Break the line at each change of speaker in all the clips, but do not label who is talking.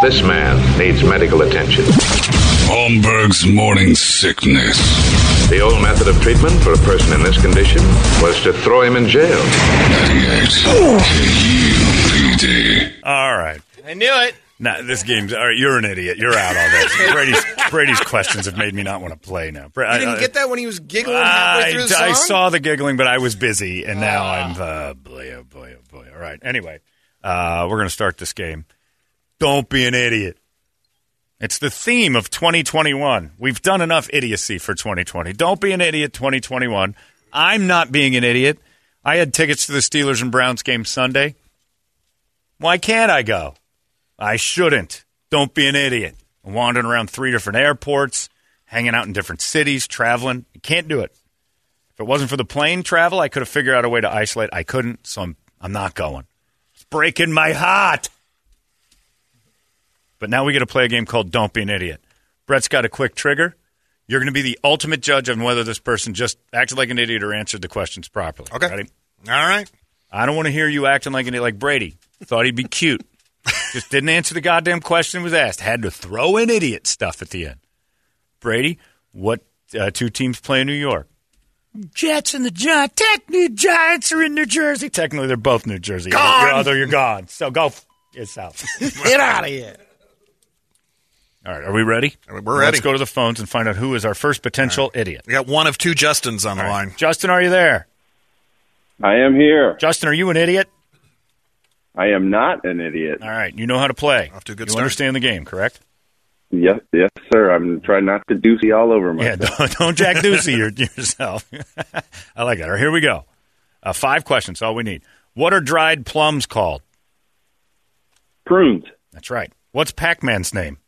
This man needs medical attention.
Holmberg's morning sickness.
The old method of treatment for a person in this condition was to throw him in jail.
98. E KUPD.
All right.
I knew it.
Now, this game's. All right, you're an idiot. You're out on this. Brady's, Brady's questions have made me not want to play now. Bra-
You didn't
I- uh,
get that when he was giggling halfway
I,
through the song. Ah.
I saw the giggling, but I was busy, and now I'm uh, boy, oh boy, oh boy. All right. Anyway, uh, we're going to start this game. Don't be an idiot. It's the theme of 2021. We've done enough idiocy for 2020. Don't be an idiot, 2021. I'm not being an idiot. I had tickets to the Steelers and Browns game Sunday. Why can't I go? I shouldn't. Don't be an idiot. I'm wandering around three different airports, hanging out in different cities, traveling. I can't do it. If it wasn't for the plane travel, I could have figured out a way to isolate. I couldn't, so I'm I'm not going. It's breaking my heart. But now we get to play a game called Don't Be an Idiot. Brett's got a quick trigger. You're going to be the ultimate judge on whether this person just acted like an idiot or answered the questions properly.
Okay.
Ready?
All right.
I don't want to hear you acting like an idiot, like Brady. Thought he'd be cute. Just didn't answer the goddamn question was asked. Had to throw in idiot stuff at the end. Brady, what uh, two teams play in New York? Jets and the Giants. Technically, Giants are in New Jersey. Technically, they're both New Jersey.
Gone!
You're, although you're gone. So go f- yourself.
Get out of here.
All right, are we ready?
We're ready.
Let's go to the phones and find out who is our first potential idiot.
We got one of two Justins on the line.
Justin, are you there?
I am here.
Justin, are you an idiot?
I am not an idiot.
All right, you know how to play.
Off to a good
you
start.
understand the game, correct?
Yes, yes, sir. I'm trying not to doozy all over
Yeah,
myself.
don't, don't Jack Doocy your, yourself. I like that. All right, here we go. Uh, five questions, all we need. What are dried plums called?
Prunes.
That's right. What's Pac Man's name?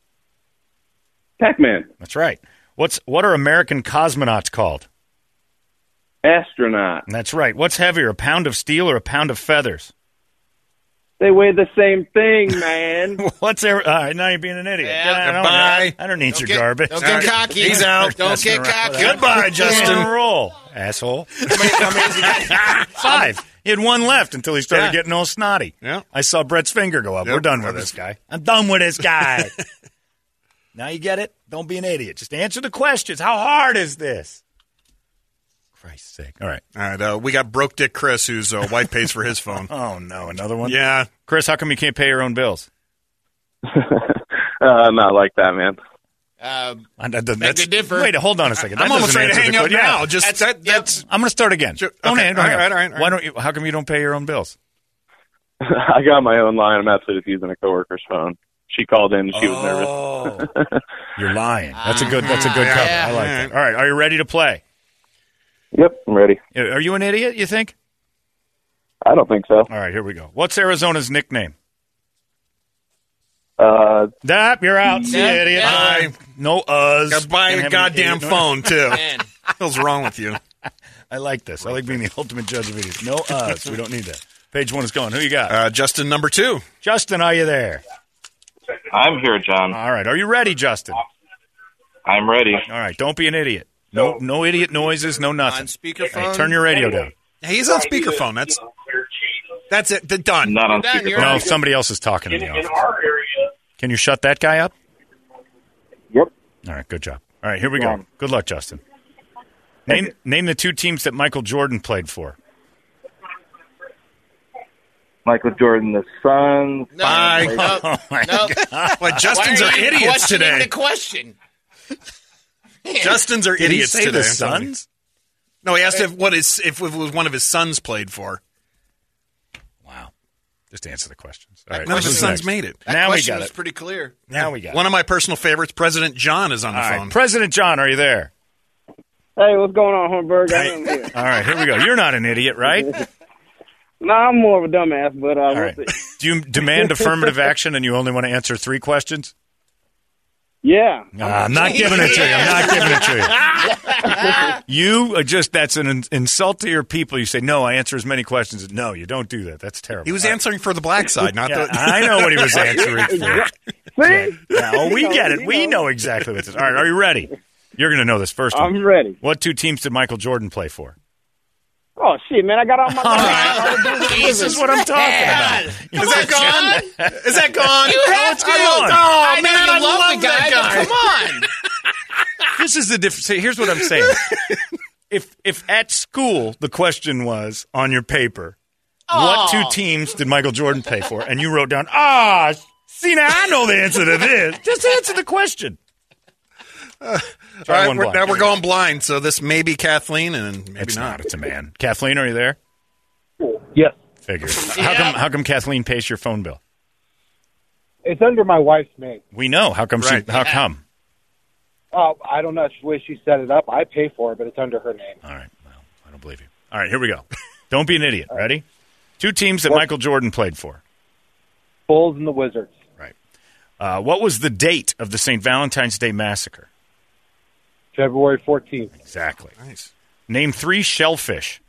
Pac-Man.
That's right. What's What are American cosmonauts called?
Astronaut.
That's right. What's heavier, a pound of steel or a pound of feathers?
They weigh the same thing, man.
What's there? All right, now you're being an idiot.
Yeah,
Get out. I don't-
goodbye.
I don't need your
get-
garbage.
Don't get cocky. He's out. Don't get cocky.
Goodbye, Justin. Roll, asshole. Five. He had one left until he started
Yeah.
getting all snotty.
Yeah.
I saw Brett's finger go up.
Yep.
We're done
I
with
was-
this guy. I'm done with this guy. now you get it? Don't be an idiot. Just answer the questions. How hard is this? Christ's sake. All right.
All right. Uh, we got broke Dick Chris, whose uh, wife pays for his phone.
Oh, no. Another one?
yeah.
Chris, how come you can't pay your own bills?
uh, not like that, man.
Uh,
I- that doesn't-
Beg to
that's-
differ.
Wait, hold on a second. That
I'm almost
doesn't
ready to
answer
hang
the
up
que- yeah.
now. Just
That's-
that,
yep.
that's
I'm going to start again.
Sure.
Don't
Okay.
end. Don't
All
end.
right, all right, all right.
Why don't you? How come you don't pay your own bills?
I got my own line. I'm actually just using a coworker's phone. She called in. She was nervous.
Oh, you're lying. That's a good. That's a good
Mm-hmm. Yeah.
cover. I like
Yeah.
that. All right, are you ready to play?
Yep, I'm ready.
Are you an idiot? You think?
I don't think so.
All right, here we go. What's Arizona's nickname?
Uh,
That you're out. See you,
Yeah.
idiot.
Yeah.
Bye. No uhs.
Got buying
Can't
a
have
goddamn
any idiot-
phone too.
man.
What's wrong with you?
I like this. I like being the ultimate judge of idiots. No uhs. we don't need that. Page one is going. Who you got?
Uh, Justin number two.
Justin, are you there?
I'm here, John.
All right. Are you ready, Justin?
I'm ready.
All right. Don't be an idiot. No, no idiot noises. No
on
nothing.
speakerphone.
Hey, turn your radio down.
Hey, he's on speakerphone. That's that's it. They're done.
Not on
Done, you're
No,
on.
somebody else is talking in the office. Can you shut that guy up?
Yep.
All right, good job. All right, here we go. Good luck, Justin. Name name the two teams that Michael Jordan played for.
Michael Jordan, the Suns.
No,
Bye.
No,
Oh my
no.
Why
Why
Justins
are,
are,
you
idiots
questioning
today.
The question.
Justins are
Did
idiots
he say
today.
the
I'm telling you.
Suns?
No, he asked if what is if it was one of his sons played for.
Wow. Just answer the questions. All right.
None of
who's
his sons
next?
made it.
Now we
question
got
was
it.
pretty clear.
Now we got
One
it.
of my personal favorites, President John, is on the
All
phone.
right, President John, are you there?
Hey, what's going on, Hornberg? I am here.
All right, here we go. You're not an idiot, right?
Nah, I'm more of a dumbass, but uh,
All right. Do you demand affirmative action and you only want to answer three questions?
yeah,
Nah, I'm not giving it to you. I'm not giving it to you. You are just, that's an in- insult to your people. You say, no, I answer as many questions. No, you don't do that. That's terrible.
he was
All right.
answering for the black side, not
Yeah,
the.
I know what he was answering for.
see,
Yeah, oh, we get it. We know exactly what this is. All right, are you ready? You're going to know this first one.
I'm ready.
What two teams did Michael Jordan play for?
Oh shit, man, I got all my.
This is what I'm talking about.
Is that gone? Is that gone?
You have
It's gone.
Oh,
this is the difference. See, here's what I'm saying. if if at school the question was on your paper, what two teams did Michael Jordan play for, and you wrote down, ah, see now I know the answer to this. Just answer the question.
All
Try
right,
one
we're,
blind.
now we're going blind, so this may be Kathleen and maybe
It's
not.
not. It's a man. Kathleen, are you there?
Yes.
Figured. How come? How come Kathleen pays your phone bill?
It's under my wife's name.
We know. How come?
Right.
She, how come?
Oh, I don't know. It's the way she set it up. I pay for it, but it's under her name.
All right. Well, I don't believe you. All right. Here we go. Don't be an idiot. Ready? Two teams that
What?
Michael Jordan played for.
Bulls and the Wizards.
Right. Uh, what was the date of the St. Valentine's Day massacre?
February 14th.
Exactly.
Nice.
Name three shellfish.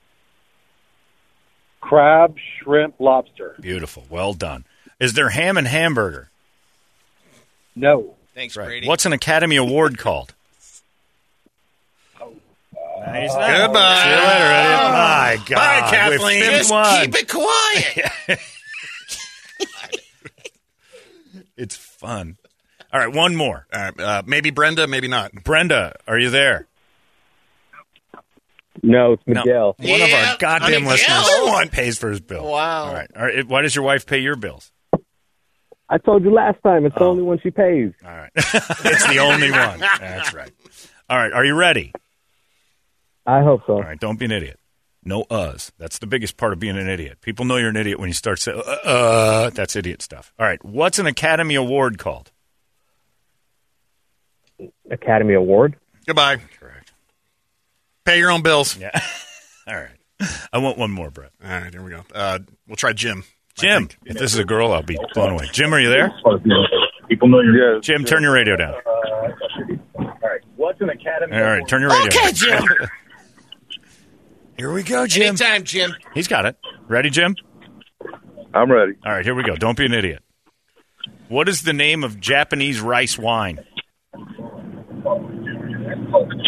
Crab, shrimp, lobster.
Beautiful. Well done. Is there ham and hamburger?
No.
Thanks,
Right.
Brady.
What's an Academy Award called?
Goodbye.
See you later, Eddie. My God.
Bye,
With
Kathleen. Just
51.
Keep it quiet.
It's fun. All right, one more.
All right, uh, maybe Brenda, maybe not.
Brenda, are you there?
No, it's
No.
Miguel.
One of
Yeah,
our goddamn
I mean,
listeners
yeah.
one pays for his bill.
Wow.
All right. All right. Why does your wife pay your bills?
I told you last time. It's the only one she pays.
All right. it's the only one. That's right. All right. Are you ready?
I hope so.
All right, don't be an idiot. No uhs. That's the biggest part of being an idiot. People know you're an idiot when you start saying, uh, uh, that's idiot stuff. All right, what's an Academy Award called?
Academy Award.
Goodbye.
Correct.
Pay your own bills.
Yeah. All right. I want one more, Brett.
All right, here we go. Uh, we'll try Jim. I
Jim,
think.
if this is a girl, I'll be blown away. Jim, are you there?
People know you're.
Jim, turn your radio down. All
What's an Academy?
right, turn your radio
Okay,
down.
Jim.
Here we go, Jim.
Anytime, Jim.
He's got it. Ready, Jim?
I'm ready.
All right, here we go. Don't be an idiot. What is the name of Japanese rice wine?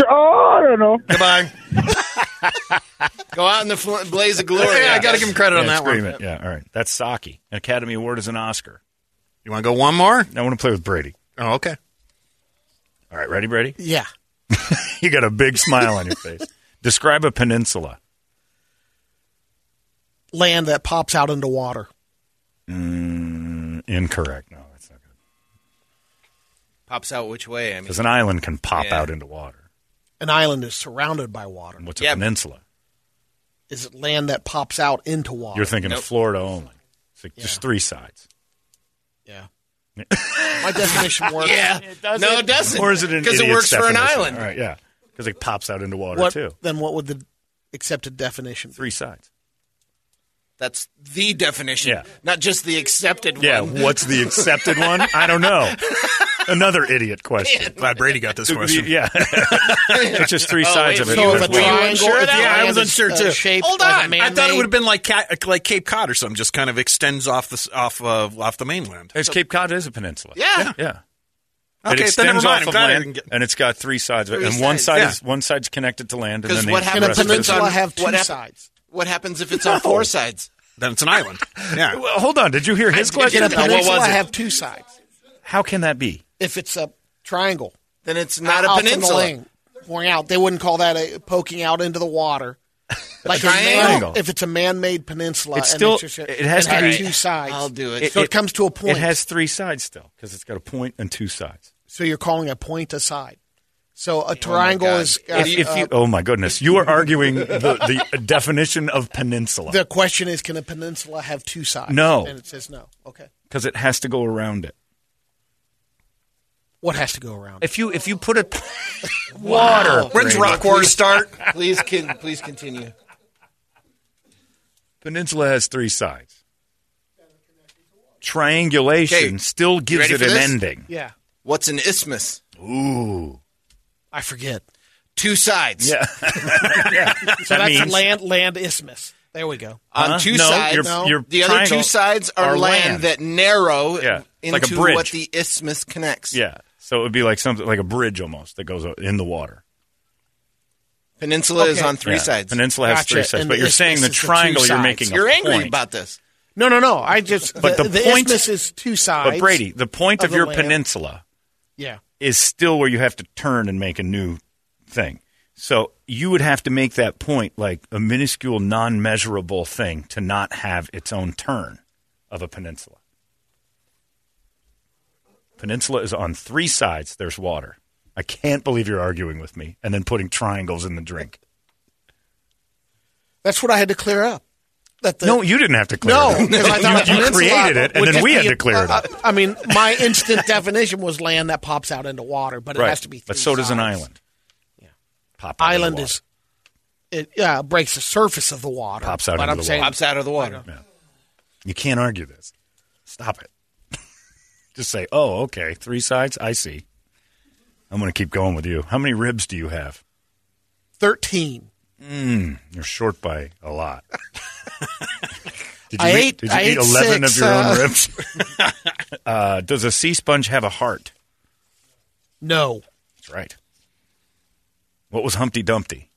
Oh, I don't know.
Goodbye.
Go out in the fl- blaze of glory.
yeah, I got to give him credit on
Yeah,
that
scream
one.
it. Yeah, all right. That's sake. An Academy Award is an Oscar.
You want to go one more?
I want to play with Brady.
Oh, okay.
All right, ready, Brady?
Yeah.
You got a big smile on your face. Describe a peninsula.
Land that pops out into water.
Incorrect. No, that's not good.
Pops out which way? I mean,
Because an island can pop
Yeah.
out into water.
An island is surrounded by water.
And what's
Yeah,
a peninsula?
Is it land that pops out into water?
You're thinking
Nope.
of Florida only. It's like
Yeah.
just three sides.
yeah. My definition works.
yeah. no, it doesn't.
Or is it an
Because it
idiot's
works for an
definition?
island.
All right, yeah. Because it pops out into water,
What,
too.
then what would the accepted definition be?
Three sides.
That's the definition.
Yeah.
Not just the accepted
Yeah,
one.
what's the accepted one? I don't know. Another idiot question.
Glad Brady got this question.
Yeah. it's just three sides
wait,
of it.
so
Oh, So
if
if
a
a
Were you triangle- unsure
triangle,
of if that? the
Yeah, I was unsure
uh,
too.
Shaped
Hold
like a
on,
I thought it
man-made-
would have been like cat, like Cape Cod or something, just kind of extends off the s- off of off the mainland.
It's Cape Cod is a peninsula.
Yeah.
Yeah.
Okay,
it
then never
extends
mind. I'm
off of
glad I
land,
didn't get-
and it's got three sides, of it,
Three
and one
sides,
side
yeah.
is one side's connected to land, and
Because
then
what
the
Can
happens
a
rest
if
of it
it's
is-
on
peninsula have two
what hap-
sides?
What happens if it's on four sides?
Then it's an island. Yeah.
Well, hold on, did you hear his
did.
question?
Can a
Now, what
peninsula
was it?
have two sides?
How can that be?
If it's a triangle,
Then it's not a
out from the
peninsula.
lane, pouring out, they wouldn't call that a poking out into the water. Like a man-
triangle.
if it's a man-made peninsula,
It's
and
still-
just a-
it has to
had
be-
two sides.
I'll do it.
So it, comes to a point.
It has three sides still because it's got a point and two sides.
so you're calling a point a side. So a triangle
Oh God.
is.
If, if
uh,
you, oh my goodness, you are arguing the, the definition of peninsula
the question is, can a peninsula have two sides?
No.
and it says no. Okay,
because it has to go around it.
what has to go around?
If you if you put a
Water.
When's Rock War start?
Please, can, please continue.
peninsula has three sides, triangulation
Okay.
still gives
ready
it
for
an
this?
ending.
yeah,
What's an isthmus?
Ooh,
I forget.
Two sides.
yeah.
So
That
that's
means-
a land land isthmus. There we go.
On
Huh?
two
No,
sides.
your-
No.
your
the other two
triangle
sides are,
are
land,
land.
that narrow
Yeah,
into
like a bridge.
what the isthmus connects.
Yeah. So it would be like something like a bridge almost that goes in the water.
Peninsula is
Okay.
on three
Yeah.
sides.
Peninsula has
Gotcha.
three sides,
And
but
the
you're saying the
isthmus is the two
triangle. You're
sides.
making.
You're
a
angry
point.
about this.
No, no, no. I just
But
the,
the point-
isthmus is two sides.
But Brady, the point of,
of the
your
land.
peninsula
yeah,
is still where you have to turn and make a new thing. So you would have to make that point like a minuscule, non measurable thing to not have its own turn of a peninsula. Peninsula is on three sides, there's water. I can't believe you're arguing with me and then putting triangles in the drink.
That's what I had to clear up. That the,
no, you didn't have to clear
no,
it.
'cause I thought a
you, you
peninsula
created it, and
would
then
just
we
be
had
a-
to clear it
uh,
up.
uh, I mean, my instant definition was land that pops out into water, but it has to be.
but
three
so does an
sides.
island. Yeah, pop out of the
Island
water.
is it yeah it breaks the surface of the water.
Pops out
But
into
I'm
the
saying
water.
Pops out of the water.
You can't argue this. Stop it. Just say, oh, okay, three sides. I see. I'm going to keep going with you. How many ribs do you have?
thirteen.
You're short by a lot. did you
I
eat,
ate-
did you
I
eat
ate
11
six,
of your
uh,
own ribs? uh, does a sea sponge have a heart?
No,
That's right. What was Humpty Dumpty?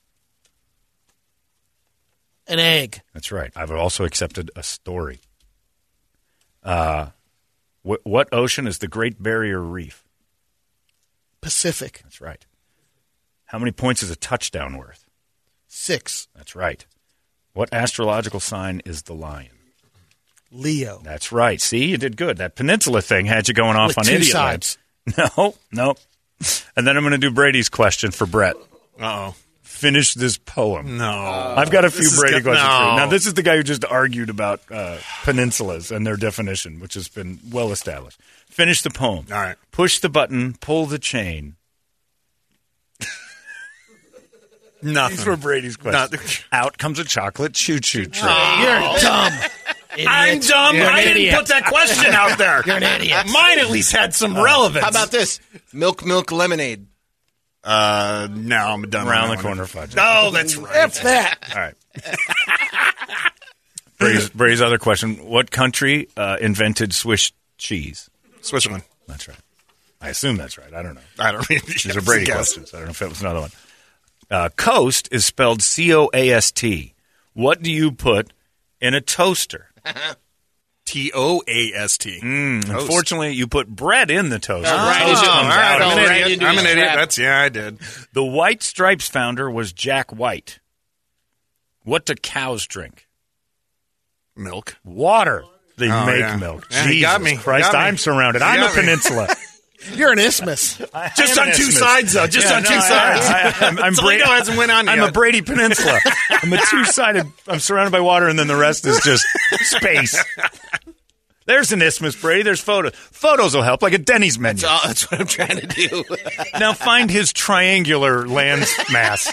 an egg.
That's right. I've also accepted a story. Uh, wh- what ocean is the Great Barrier Reef?
Pacific
That's right. How many points is a touchdown worth?
six.
That's right. What astrological sign is the lion?
Leo.
That's right. See, you did good. That peninsula thing had you going off
With
on
two
idiot
sides.
land. No, no. And then I'm going to do Brady's question for Brett.
Uh oh.
Finish this poem.
No.
I've got a few
this is
Brady
good-
questions. for you.
no.
Now, this is the guy who just argued about uh, peninsulas and their definition, which has been well established. Finish the poem.
All right.
Push the button. Pull the chain.
Nothing.
These were Brady's questions. Out comes a chocolate choo-choo train.
You're dumb.
I'm dumb.
You're an
I didn't
idiot.
put that question out there.
You're an idiot.
Mine at least had some
Oh.
relevance.
How about this? Milk, milk, lemonade.
Uh, no, I'm done. with
Around
that
the
one.
corner, fudge.
No, that's right.
F that.
All right. Brady's, Brady's other question: What country uh, invented Swiss cheese?
Switzerland.
That's right. I assume that's right. I don't know.
I don't mean
These are Brady questions. I don't know if it was another one. Uh, coast is spelled C O A S T. What do you put in a toaster?
T O A S T.
Mm. Hmm, Unfortunately, you put bread in the toaster.
right.
Toast
Oh,
comes
all
out
right.
of
Oh,
it.
I'm an
Right
idiot.
into
I'm
your
an idiot.
trap.
That's yeah, I did.
The White Stripes founder was Jack White. What do cows drink?
Milk.
Water. They
Oh,
make
yeah.
milk.
Yeah,
Jesus
you got me. You
Christ,
got me.
I'm surrounded.
You
I'm a
got me.
peninsula.
You're an isthmus.
I
Just
am
on
an
two
isthmus.
sides, though. Just
Yeah,
on
no,
two
I-
sides.
I, am I'm, Bra-
Toledo hasn't went on
I'm
yet.
a Brady Peninsula. I'm a two-sided. I'm surrounded by water, and then the rest is just space. There's an isthmus, Brady. There's photos. Photos will help, like a Denny's menu.
That's, all, Oh, that's what I'm trying to do.
Now find his triangular land mass.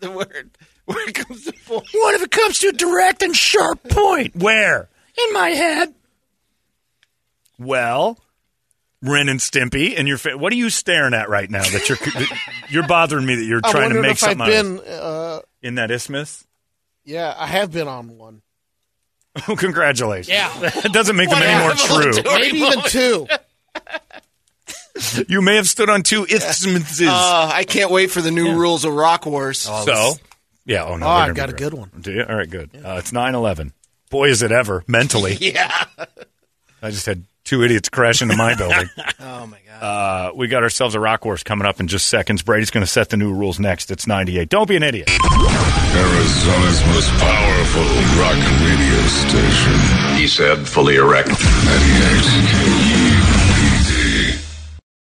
the word. Where it comes to point.
What if it comes to a direct and sharp point? Where? In my head. Well, Ren and Stimpy, and your fa- what are you staring at right now? That you're that you're bothering me that you're
I'm
trying to
wondering
make
if I've
something out of
been. Uh,
in that isthmus.
yeah, I have been on one.
Oh, congratulations!
Yeah.
it doesn't make them any more true.
Maybe even two.
You may have stood on two isthmuses.
Uh, I can't wait for the new rules of Rock Wars.
so, yeah. Oh no,
Oh,
we're gonna
I've got
be great.
a good one.
Do you? All right, good. Uh, it's nine eleven. Boy, is it ever mentally.
yeah.
I just had two idiots crash into my building.
Oh my god.
Uh, we got ourselves a rock wars coming up in just seconds. Brady's going to set the new rules next. It's ninety eight. Don't be an idiot.
Arizona's most powerful rock radio station.
He said, fully erect.
98.